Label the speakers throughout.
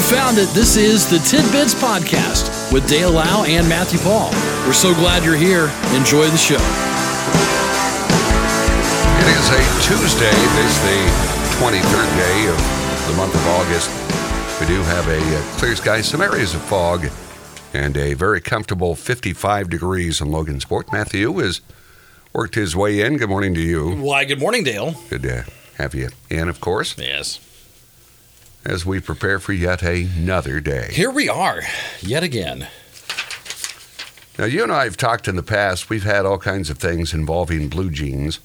Speaker 1: found it. This is the Tidbits Podcast with Dale Lau and Matthew Paul. We're so glad you're here. Enjoy the show.
Speaker 2: It is a Tuesday. It is the 23rd day of the month of August. We do have a uh, clear sky, some areas of fog, and a very comfortable 55 degrees in Logansport. Matthew has worked his way in. Good morning to you.
Speaker 1: Why, good morning, Dale.
Speaker 2: Good to have you in, of course,
Speaker 1: Yes.
Speaker 2: as we prepare for yet another day.
Speaker 1: Here we are, yet again.
Speaker 2: Now, you and I have talked in the past. We've had all kinds of things involving blue jeans.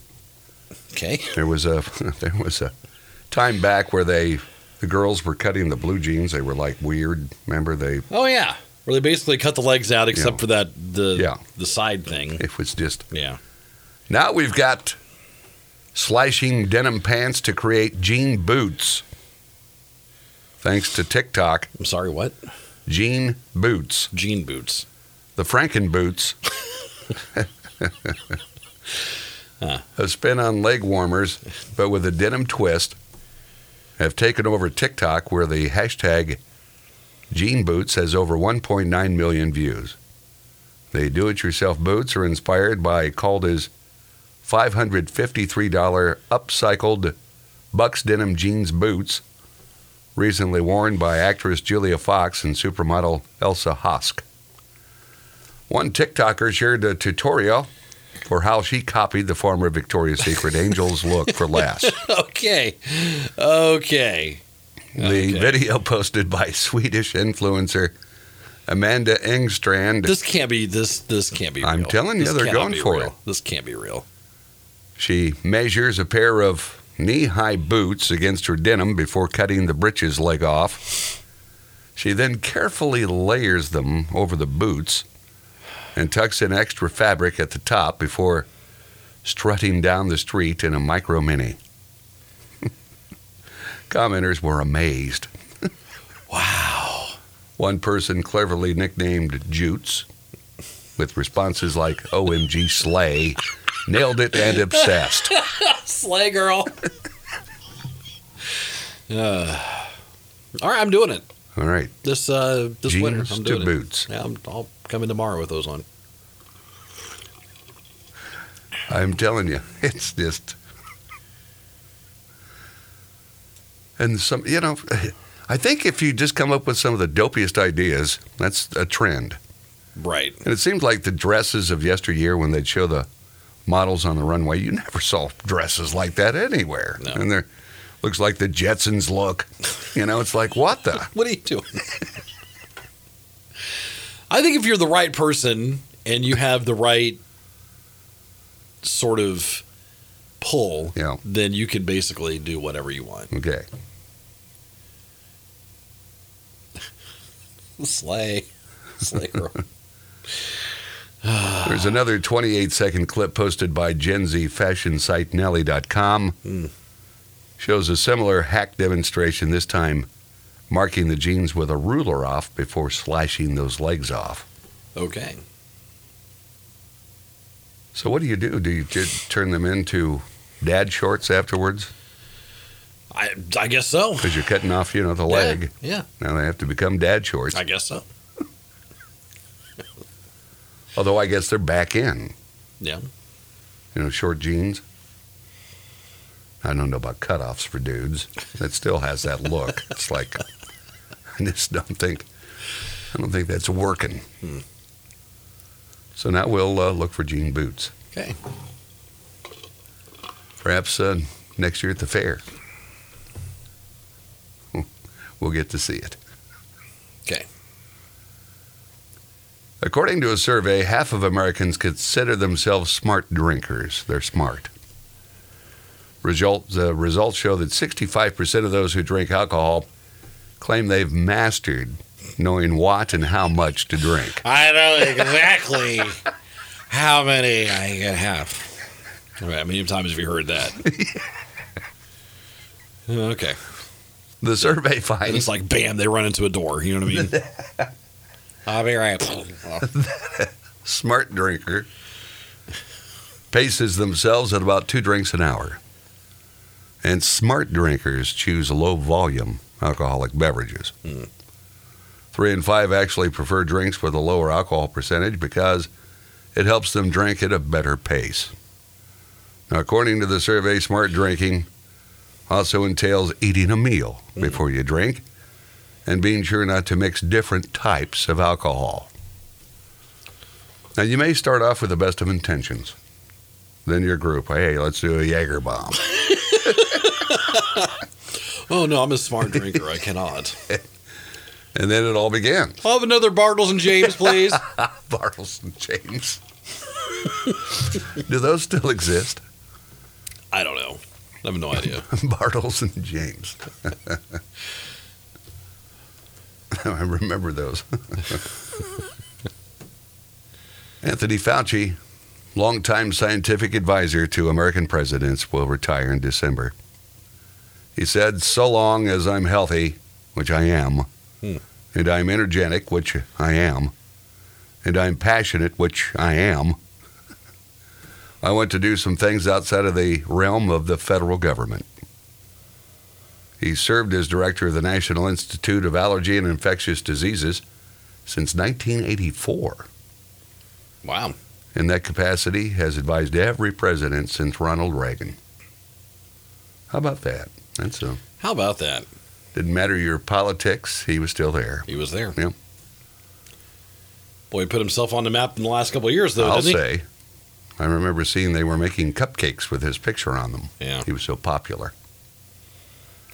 Speaker 1: Okay.
Speaker 2: There was a there was a time back where they the girls were cutting the blue jeans. They were like weird. Remember they
Speaker 1: Oh, yeah. Where they basically cut the legs out except
Speaker 2: Yeah.
Speaker 1: for that, the,
Speaker 2: Yeah.
Speaker 1: the side thing.
Speaker 2: it was just
Speaker 1: Yeah.
Speaker 2: now we've got slashing denim pants to create jean boots. Thanks to TikTok,
Speaker 1: I'm sorry, what?
Speaker 2: jean boots,
Speaker 1: Jean boots.
Speaker 2: the Franken boots. A spin on leg warmers, but with a denim twist, have taken over TikTok, where the hashtag Jean Boots has over 1.9 million views. The do it yourself boots are inspired by Calda's $553 upcycled Bucks Denim Jeans boots, recently worn by actress Julia Fox and supermodel Elsa Hosk. One TikToker shared a tutorial for how she copied the former Victoria's Secret Angels look for less.
Speaker 1: Okay. Okay.
Speaker 2: The
Speaker 1: Okay.
Speaker 2: video posted by Swedish influencer Amanda Engstrand.
Speaker 1: This can't be this this can't be real.
Speaker 2: I'm telling you,
Speaker 1: This
Speaker 2: they're
Speaker 1: cannot
Speaker 2: going
Speaker 1: be
Speaker 2: for
Speaker 1: real.
Speaker 2: it.
Speaker 1: This can't be real.
Speaker 2: she measures a pair of knee high boots against her denim before cutting the breeches leg off. She then carefully layers them over the boots and tucks in extra fabric at the top before strutting down the street in a micro mini. Commenters were amazed.
Speaker 1: Wow.
Speaker 2: One person cleverly nicknamed Jutes with responses like OMG Slay, nailed it and obsessed.
Speaker 1: Slay girl. uh, all right, I'm doing it.
Speaker 2: All right,
Speaker 1: This uh this winter
Speaker 2: jeans
Speaker 1: I'm
Speaker 2: to
Speaker 1: doing it.
Speaker 2: boots.
Speaker 1: Yeah, I'm, I'll come in tomorrow with those on.
Speaker 2: I'm telling you, it's just. And some, you know, I think if you just come up with some of the dopiest ideas, that's a trend.
Speaker 1: Right.
Speaker 2: And it seems like the dresses of yesteryear when they'd show the models on the runway, you never saw dresses like that anywhere.
Speaker 1: No.
Speaker 2: And they're looks like the Jetsons look. You know, it's like what the
Speaker 1: What are you doing? I think if you're the right person and you have the right sort of pull,
Speaker 2: Yeah.
Speaker 1: then you can basically do whatever you want.
Speaker 2: Okay.
Speaker 1: Slay. Slay girl.
Speaker 2: There's another 28 second clip posted by Gen Z fashion site Nelly.com.
Speaker 1: Hmm.
Speaker 2: Shows a similar hack demonstration, this time marking the jeans with a ruler off before slashing those legs off.
Speaker 1: Okay.
Speaker 2: So, what do you do? Do you just turn them into dad shorts afterwards?
Speaker 1: I I guess so.
Speaker 2: Because you're cutting off, you know, the leg.
Speaker 1: Yeah,
Speaker 2: Now they have to become dad shorts.
Speaker 1: yeah, I guess so.
Speaker 2: Although I guess they're back in.
Speaker 1: Yeah.
Speaker 2: You know, short jeans. I don't know about cutoffs for dudes. That still has that look. It's like I just don't think I don't think that's working.
Speaker 1: Hmm.
Speaker 2: So now we'll uh, look for jean boots.
Speaker 1: Okay.
Speaker 2: Perhaps uh, next year at the fair. We'll get to see it.
Speaker 1: Okay.
Speaker 2: According to a survey, half of Americans consider themselves smart drinkers. They're smart. Result, the results show that 65% of those who drink alcohol claim they've mastered knowing what and how much to drink.
Speaker 1: I know exactly how many I can have. All right. How many times have you heard that? Okay.
Speaker 2: The survey
Speaker 1: And
Speaker 2: finds
Speaker 1: it's like, bam, they run into a door. You know what I mean? I'll be right.
Speaker 2: smart drinker paces themselves at about two drinks an hour. And smart drinkers choose low volume alcoholic beverages.
Speaker 1: Mm.
Speaker 2: Three and five actually prefer drinks with a lower alcohol percentage because it helps them drink at a better pace. Now, according to the survey, smart drinking also entails eating a meal before you drink and being sure not to mix different types of alcohol. Now, you may start off with the best of intentions. Then your group, hey, let's do a Jaeger bomb.
Speaker 1: Oh no, I'm a smart drinker. I cannot.
Speaker 2: And then it all began.
Speaker 1: I'll have another Bartles and James, please.
Speaker 2: Bartles and James. do those still exist?
Speaker 1: I don't know. I have no idea.
Speaker 2: Bartles and James. I remember those. Anthony Fauci, longtime scientific advisor to American presidents, will retire in December. He said, So long as I'm healthy, which I am,
Speaker 1: Hmm.
Speaker 2: and I'm energetic, which I am, and I'm passionate, which I am, I want to do some things outside of the realm of the federal government. He served as director of the National Institute of Allergy and Infectious Diseases since 1984.
Speaker 1: Wow.
Speaker 2: In that capacity, has advised every president since Ronald Reagan. How about that? That's a
Speaker 1: How about that?
Speaker 2: didn't matter your politics. He was still there.
Speaker 1: He was there.
Speaker 2: Yep.
Speaker 1: Boy, he put himself on the map in the last couple of years, though,
Speaker 2: I'll
Speaker 1: didn't
Speaker 2: say. I remember seeing they were making cupcakes with his picture on them.
Speaker 1: he? Yeah.
Speaker 2: He was so popular.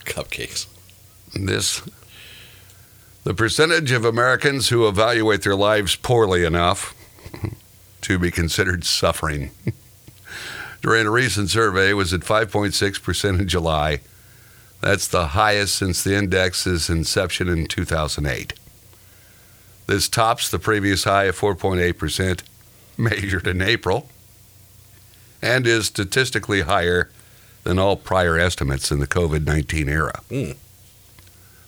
Speaker 1: Cupcakes.
Speaker 2: this the percentage of Americans who evaluate their lives poorly enough to be considered suffering during a recent survey was at 5.6% in July. That's the highest since the index's inception in 2008. This tops the previous high of 4.8% measured in April and is statistically higher than all prior estimates in the COVID 19 era.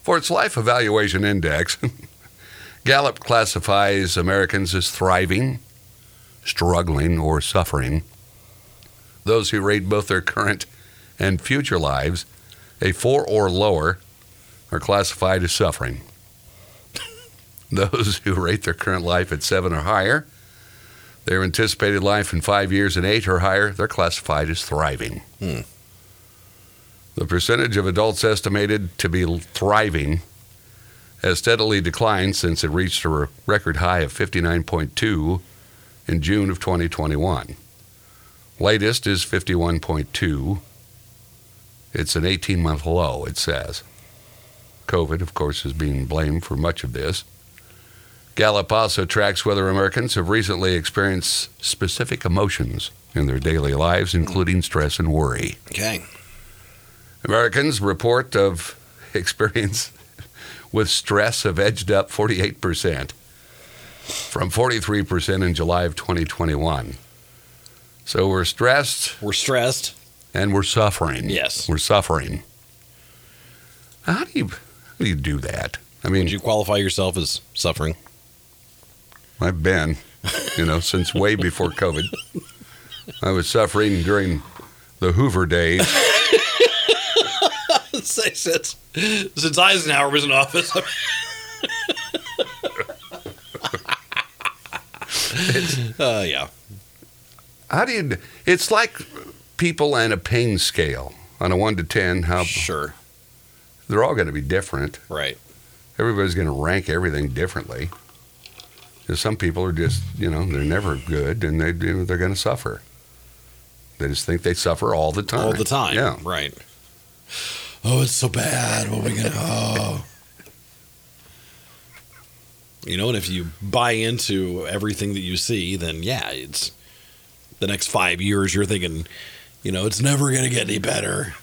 Speaker 2: For its Life Evaluation Index, Gallup classifies Americans as thriving, struggling, or suffering. Those who rate both their current and future lives a four or lower are classified as suffering. Those who rate their current life at seven or higher, their anticipated life in five years and eight or higher, they're classified as thriving.
Speaker 1: Hmm.
Speaker 2: The percentage of adults estimated to be thriving has steadily declined since it reached a re- record high of 59.2 in June of 2021. Latest is 51.2. It's an 18 month low, it says. COVID, of course, is being blamed for much of this. Gallup also tracks whether Americans have recently experienced specific emotions in their daily lives, including stress and worry.
Speaker 1: Okay.
Speaker 2: Americans report of experience with stress have edged up 48% from 43% in July of 2021. So we're stressed
Speaker 1: We're stressed.
Speaker 2: and we're suffering.
Speaker 1: Yes.
Speaker 2: We're suffering. How do you how do you do that? I mean,
Speaker 1: Would you qualify yourself as suffering?
Speaker 2: I've been, you know, since way before COVID. I was suffering during the Hoover days.
Speaker 1: Say since since Eisenhower was in office. uh, yeah.
Speaker 2: How do you? It's like people on a pain scale on a one to ten.
Speaker 1: Um,
Speaker 2: How
Speaker 1: Sure.
Speaker 2: they're all going to be different.
Speaker 1: Right.
Speaker 2: Everybody's going to rank everything differently. There's some people are just you know they're never good and they do they're going to suffer. They just think they suffer all the time.
Speaker 1: All the time.
Speaker 2: Yeah.
Speaker 1: Right. Oh, it's so bad. What are we gonna? Oh. You know, and if you buy into everything that you see, then yeah, it's the next five years. You're thinking, you know, it's never gonna get any better.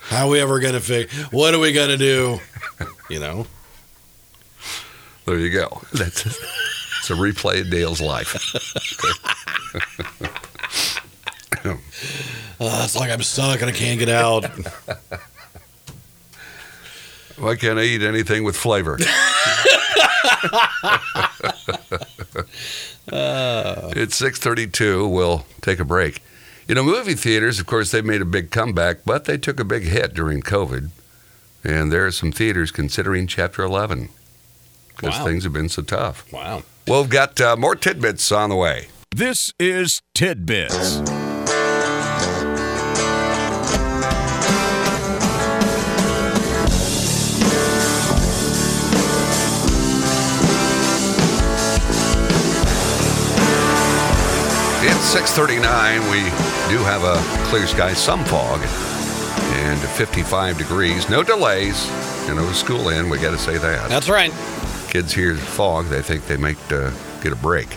Speaker 1: How are we ever gonna fix? What are we gonna do? You know,
Speaker 2: There you go. That's it's a replay of Dale's life.
Speaker 1: uh, it's like I'm stuck and I can't get out.
Speaker 2: Why can't I eat anything with flavor? It's six thirty-two. We'll take a break. You know, movie theaters, of course, they made a big comeback, but they took a big hit during COVID. And there are some theaters considering Chapter 11 because
Speaker 1: Wow.
Speaker 2: things have been so tough.
Speaker 1: Wow.
Speaker 2: Well, we've got uh, more tidbits on the way.
Speaker 3: This is Tidbits.
Speaker 2: It's 639. We do have a clear sky, some fog, and 55 degrees. No delays. You know, school in, we got to say that.
Speaker 1: That's right.
Speaker 2: kids hear fog, they think they might uh, get a break,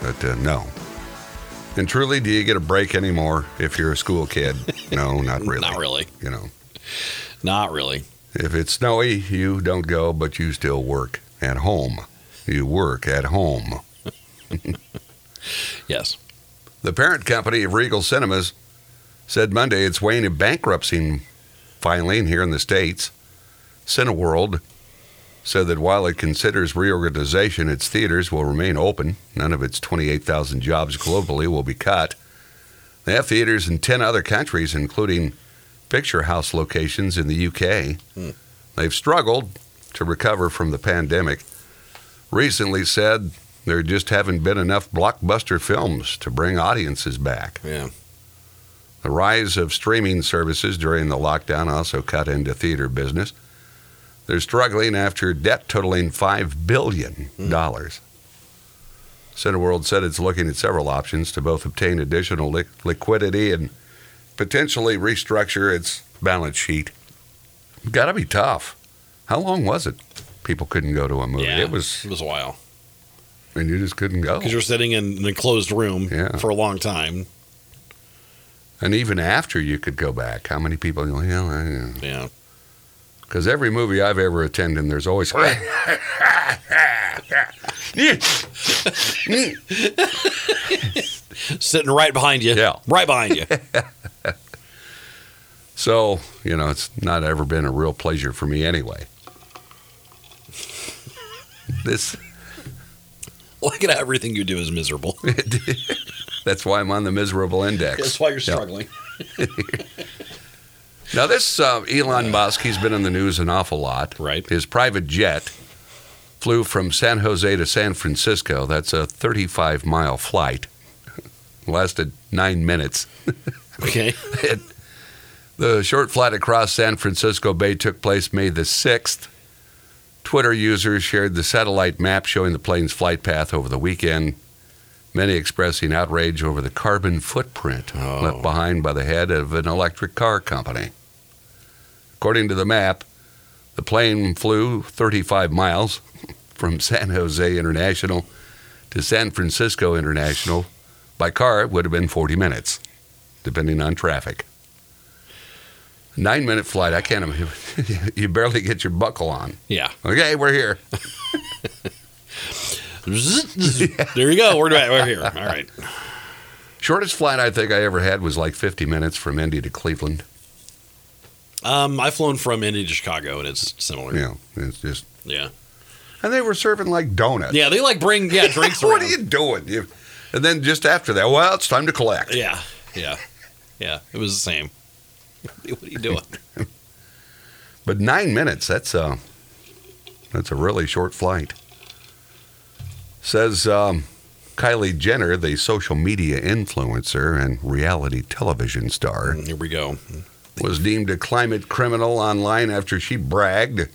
Speaker 2: but uh, no. And truly, do you get a break anymore if you're a school kid? No, not really.
Speaker 1: Not really.
Speaker 2: You know,
Speaker 1: Not really.
Speaker 2: if it's snowy, you don't go, but you still work at home. You work at home.
Speaker 1: Yes.
Speaker 2: The parent company of Regal Cinemas said Monday it's weighing a bankruptcy filing here in the States. Cineworld said that while it considers reorganization, its theaters will remain open. None of its 28,000 jobs globally will be cut. They have theaters in 10 other countries, including picture house locations in the UK.
Speaker 1: Hmm.
Speaker 2: They've struggled to recover from the pandemic. Recently said there just haven't been enough blockbuster films to bring audiences back.
Speaker 1: Yeah.
Speaker 2: The rise of streaming services during the lockdown also cut into theater business. They're struggling after debt totaling $5 billion.
Speaker 1: Hmm.
Speaker 2: Cineworld said it's looking at several options to both obtain additional li- liquidity and potentially restructure its balance sheet. Gotta be tough. How long was it? People couldn't go to a movie.
Speaker 1: Yeah.
Speaker 2: It was,
Speaker 1: It was a while.
Speaker 2: and you just couldn't go.
Speaker 1: Because you're sitting in an enclosed room
Speaker 2: Yeah.
Speaker 1: for a long time.
Speaker 2: And even after you could go back, how many people? You know, "Yeah, I-
Speaker 1: Yeah.
Speaker 2: Because every movie I've ever attended, there's always.
Speaker 1: Sitting right behind you.
Speaker 2: Yeah.
Speaker 1: Right behind you.
Speaker 2: so, you know, it's not ever been a real pleasure for me anyway. This
Speaker 1: Look at how everything you do is miserable.
Speaker 2: that's why I'm on the miserable index.
Speaker 1: That's why you're
Speaker 2: Yeah.
Speaker 1: struggling.
Speaker 2: Now this uh, Elon Musk, he's been in the news an awful lot.
Speaker 1: Right.
Speaker 2: His private jet flew from San Jose to San Francisco. That's a 35 mile flight. Lasted nine minutes.
Speaker 1: Okay.
Speaker 2: The short flight across San Francisco Bay took place May the 6th. Twitter users shared the satellite map showing the plane's flight path over the weekend, many expressing outrage over the carbon footprint
Speaker 1: Oh.
Speaker 2: left behind by the head of an electric car company. According to the map, the plane flew 35 miles from San Jose International to San Francisco International. By car, it would have been 40 minutes, depending on traffic. Nine minute flight. I can't. im- You barely get your buckle on.
Speaker 1: Yeah.
Speaker 2: Okay, we're here.
Speaker 1: there you go. We're back. We're here. All right.
Speaker 2: Shortest flight I think I ever had was like 50 minutes from Indy to Cleveland.
Speaker 1: Um, I've flown from Indy to Chicago, and it's similar.
Speaker 2: You know, it's just.
Speaker 1: Yeah.
Speaker 2: And they were serving like donuts.
Speaker 1: Yeah, they like bring yeah drinks around.
Speaker 2: what are you doing? You, and then just after that, well, it's time to collect.
Speaker 1: Yeah, yeah, yeah. It was the same. What are you doing?
Speaker 2: But nine minutes, that's a, that's a really short flight. Says um, Kylie Jenner, the social media influencer and reality television star.
Speaker 1: Here we go.
Speaker 2: was deemed a climate criminal online after she bragged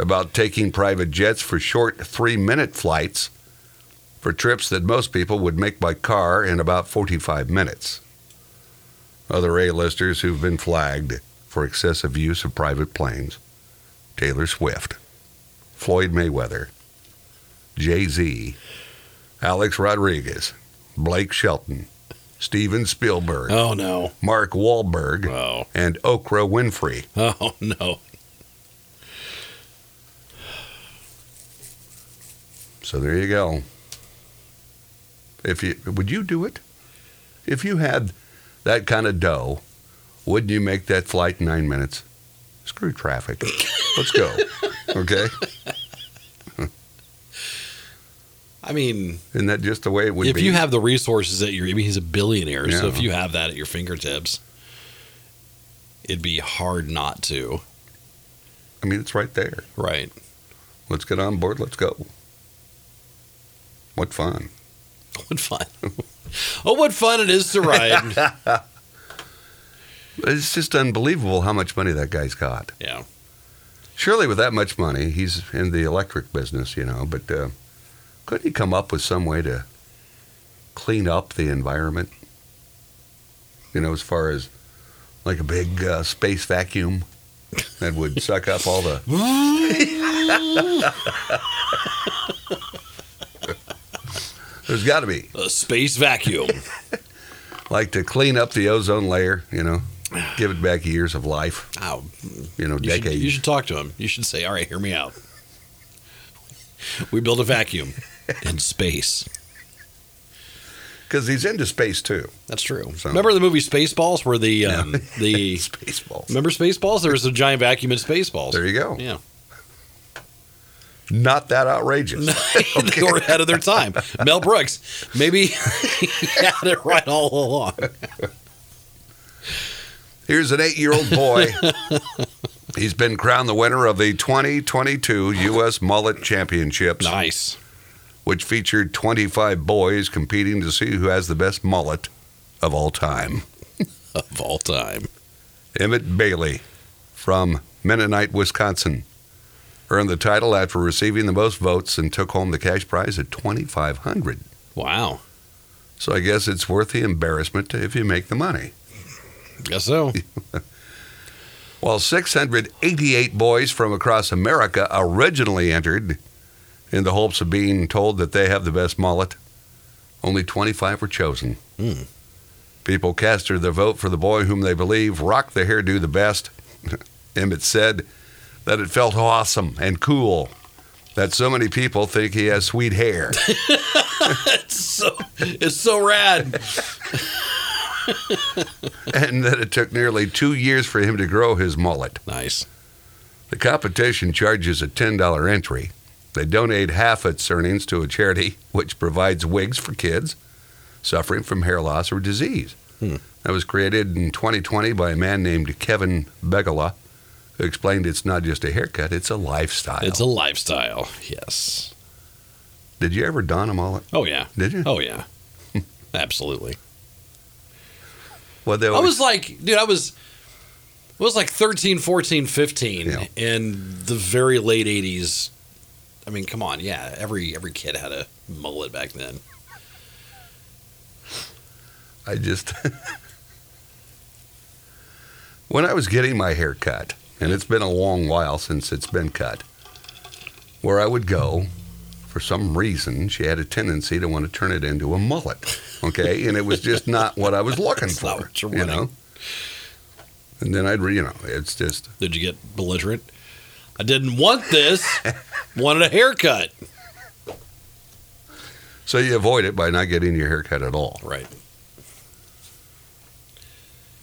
Speaker 2: about taking private jets for short three minute flights for trips that most people would make by car in about 45 minutes. Other A listers who've been flagged for excessive use of private planes Taylor Swift, Floyd Mayweather, Jay Z, Alex Rodriguez, Blake Shelton, Steven Spielberg,
Speaker 1: Oh no!
Speaker 2: Mark Wahlberg,
Speaker 1: Oh,
Speaker 2: and Okra Winfrey.
Speaker 1: oh no!
Speaker 2: So there you go. If you would you do it? If you had that kind of dough, wouldn't you make that flight in nine minutes? Screw traffic. Let's go. Okay?
Speaker 1: I mean,
Speaker 2: Isn't that just the way it would
Speaker 1: if
Speaker 2: be?
Speaker 1: you have the resources at your, I mean, he's a billionaire, so if
Speaker 2: Yeah.
Speaker 1: you have that at your fingertips, it'd be hard not to.
Speaker 2: I mean, it's right there.
Speaker 1: Right.
Speaker 2: Let's get on board. Let's go. What fun.
Speaker 1: What fun. oh, what fun it is to ride.
Speaker 2: It's just unbelievable how much money that guy's got.
Speaker 1: yeah.
Speaker 2: Surely, with that much money, he's in the electric business, you know, but uh, couldn't he come up with some way to clean up the environment? You know, as far as like a big uh, space vacuum that would suck up all the. There's got to be.
Speaker 1: A space vacuum.
Speaker 2: Like to clean up the ozone layer, you know, give it back years of life,
Speaker 1: Ow.
Speaker 2: you know,
Speaker 1: You should,
Speaker 2: decades.
Speaker 1: you should talk to him. You should say, all right, hear me out. We build a vacuum in space.
Speaker 2: Because he's into space too.
Speaker 1: That's true.
Speaker 2: So-
Speaker 1: Remember the movie Spaceballs where the um, the
Speaker 2: Spaceballs.
Speaker 1: remember Spaceballs? There was a giant vacuum in Spaceballs.
Speaker 2: There you go.
Speaker 1: yeah,
Speaker 2: Not that outrageous.
Speaker 1: they were ahead of their time. Mel Brooks, maybe he had it right all along.
Speaker 2: Here's an eight year old boy. He's been crowned the winner of the 2022 U.S. Mullet Championships,
Speaker 1: Nice.
Speaker 2: which featured 25 boys competing to see who has the best mullet of all time.
Speaker 1: Of all time.
Speaker 2: Emmett Bailey from Mennonite, Wisconsin, earned the title after receiving the most votes and took home the cash prize at 2,500.
Speaker 1: Wow.
Speaker 2: So I guess it's worth the embarrassment if you make the money.
Speaker 1: Guess so.
Speaker 2: While 688 boys from across America originally entered in the hopes of being told that they have the best mullet, only 25 were chosen.
Speaker 1: Hmm.
Speaker 2: People casted their vote for the boy whom they believe rocked the hairdo the best. Emmett said that it felt awesome and cool that so many people think he has sweet hair.
Speaker 1: It's so it's so rad.
Speaker 2: and that it took nearly two years for him to grow his mullet.
Speaker 1: Nice.
Speaker 2: The competition charges a $10 entry. They donate half its earnings to a charity which provides wigs for kids suffering from hair loss or disease.
Speaker 1: Hmm.
Speaker 2: That was created in 2020 by a man named Kevin Begala, who explained it's not just a haircut, it's a lifestyle.
Speaker 1: It's a lifestyle. Yes.
Speaker 2: Did you ever don a mullet?
Speaker 1: Oh yeah.
Speaker 2: Did you?
Speaker 1: Oh yeah. Absolutely.
Speaker 2: Well, they
Speaker 1: I
Speaker 2: always,
Speaker 1: was like, dude, I was I was like 13, 14, 15
Speaker 2: Yeah.
Speaker 1: in the very late 80s. I mean, come on, yeah, every every kid had a mullet back then.
Speaker 2: I just. when I was getting my hair cut, and it's been a long while since it's been cut, where I would go, for some reason, she had a tendency to want to turn it into a mullet. Okay. and it was just not what I was looking
Speaker 1: That's
Speaker 2: for.
Speaker 1: not what you're
Speaker 2: you know?
Speaker 1: wanting.
Speaker 2: And then I'd, re- you know, it's just,
Speaker 1: Did you get belligerent? I didn't want this. wanted a haircut.
Speaker 2: so you avoid it by not getting your hair cut at all.
Speaker 1: Right.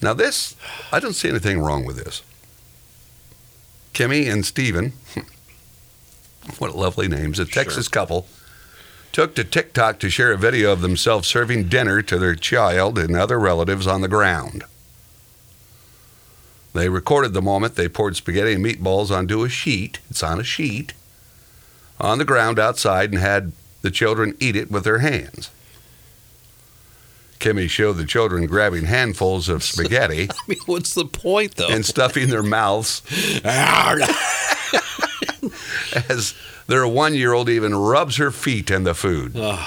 Speaker 2: Now, this, I don't see anything wrong with this. Kimmy and Steven, what lovely names, a Texas couple, took to TikTok to share a video of themselves serving dinner to their child and other relatives on the ground. They recorded the moment they poured spaghetti and meatballs onto a sheet. It's on a sheet. On the ground outside and had the children eat it with their hands. Kimmy showed the children grabbing handfuls of spaghetti
Speaker 1: I mean, what's the point though?
Speaker 2: and ah, stuffing their mouths as their one year old even rubs her feet in the food. The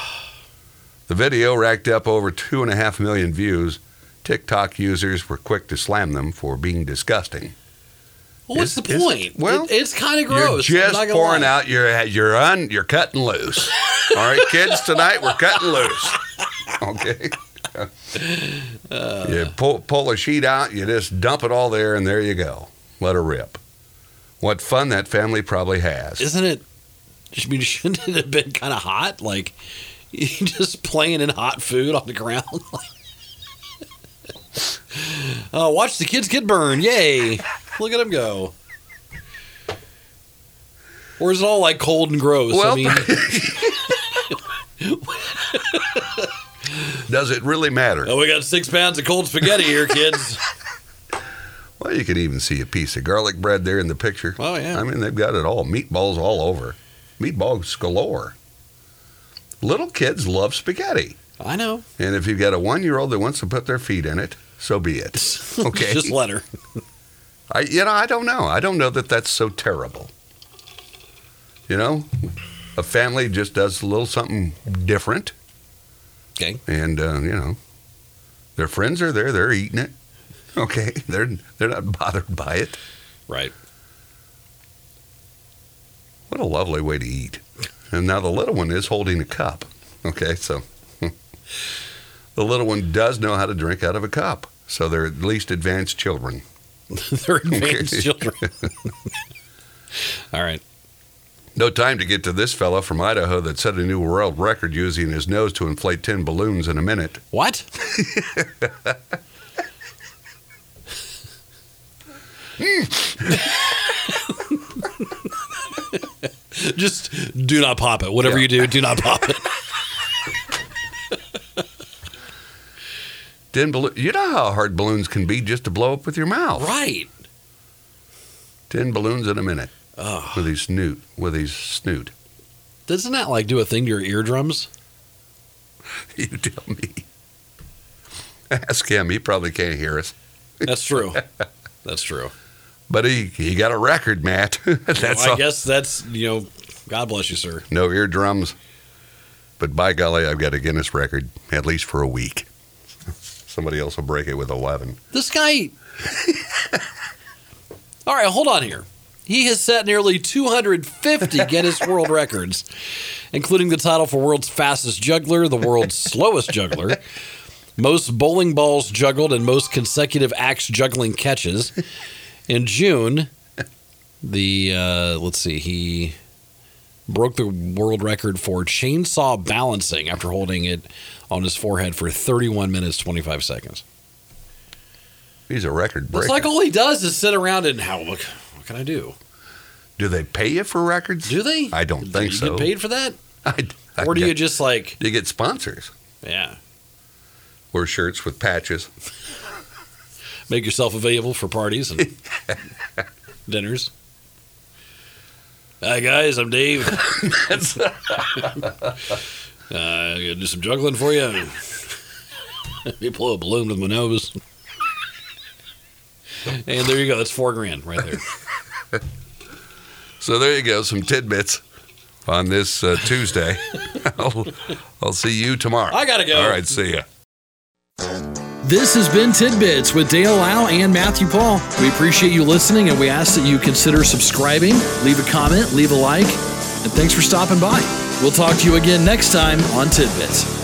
Speaker 2: video racked up over two and a half million views. TikTok users were quick to slam them for being disgusting.
Speaker 1: what's the
Speaker 2: Is- is-
Speaker 1: point?
Speaker 2: well,
Speaker 1: It- it's kind of gross.
Speaker 2: You're
Speaker 1: I'm
Speaker 2: just
Speaker 1: not gonna
Speaker 2: pouring
Speaker 1: lie.
Speaker 2: out your you're un, you're cutting loose. All right, kids, tonight we're cutting loose. Okay. you pull, pull a sheet out, you just dump it all there, and there you go. Let her rip. What fun that family probably has.
Speaker 1: Isn't it? I mean, shouldn't it have been kind of hot? Like, you just playing in hot food on the ground. oh, watch the kids get burned! Yay! Look at them go. Or is it all like cold and gross? I
Speaker 2: Well,
Speaker 1: mean,
Speaker 2: Does it really matter?
Speaker 1: oh, we got six pounds of cold spaghetti here, kids.
Speaker 2: Well, you can even see a piece of garlic bread there in the picture.
Speaker 1: Oh, yeah.
Speaker 2: I mean, they've got it all. Meatballs all over. Meatballs galore. Little kids love spaghetti.
Speaker 1: I know.
Speaker 2: And if you've got a one year old that wants to put their feet in it, so be it. Okay.
Speaker 1: Just let her.
Speaker 2: I, you know, I don't know. I don't know that that's so terrible. You know, a family just does a little something different.
Speaker 1: Okay.
Speaker 2: And uh, you know, their friends are there. They're eating it. Okay, they're they're not bothered by it.
Speaker 1: Right.
Speaker 2: What a lovely way to eat. And now the little one is holding a cup. Okay, so the little one does know how to drink out of a cup. So they're at least advanced children.
Speaker 1: They're advanced children. All right.
Speaker 2: No time to get to this fellow from Idaho that set a new world record using his nose to inflate 10 balloons in a minute.
Speaker 1: What? Just do not pop it. Whatever
Speaker 2: Yeah.
Speaker 1: you do, do not pop it.
Speaker 2: 10 balloons. You know how hard balloons can be just to blow up with your mouth.
Speaker 1: right.
Speaker 2: 10 balloons in a minute
Speaker 1: Oh,
Speaker 2: with his snoot. With his snoot.
Speaker 1: doesn't that like do a thing to your eardrums?
Speaker 2: You tell me. Ask him. He probably can't hear us.
Speaker 1: That's true. That's true.
Speaker 2: But he, he got a record, Matt. That's
Speaker 1: Well, I
Speaker 2: all.
Speaker 1: guess that's you know. God bless you, sir.
Speaker 2: No eardrums. But by golly, I've got a Guinness record, at least for a week. Somebody else will break it with 11.
Speaker 1: This guy. All right, hold on here. He has set nearly 250 Guinness World Records, including the title for world's fastest juggler, the world's slowest juggler, most bowling balls juggled, and most consecutive axe juggling catches. In June, the uh, let's see, he broke the world record for chainsaw balancing after holding it on his forehead for 31 minutes 25 seconds.
Speaker 2: He's a record
Speaker 1: It's
Speaker 2: breaker.
Speaker 1: like all he does is sit around and how what, what can I do?
Speaker 2: Do they pay you for records?
Speaker 1: Do they?
Speaker 2: I don't think
Speaker 1: you
Speaker 2: so.
Speaker 1: Get paid for that,
Speaker 2: I, I
Speaker 1: or do
Speaker 2: get-
Speaker 1: you just like
Speaker 2: do you get sponsors?
Speaker 1: yeah
Speaker 2: Wear shirts with patches.
Speaker 1: make yourself available for parties and dinners? Hi guys, I'm Dave. uh, I'm gonna do some juggling for you. Let me blow a balloon with my nose. And there you go. That's four grand right there.
Speaker 2: So there you go, some tidbits on this uh, Tuesday. I'll, I'll see you tomorrow.
Speaker 1: I gotta go.
Speaker 2: All right, see ya.
Speaker 1: This has been Tidbits with Dale Lau and Matthew Paul. We appreciate you listening and we ask that you consider subscribing, leave a comment, leave a like, and thanks for stopping by. We'll talk to you again next time on Tidbits.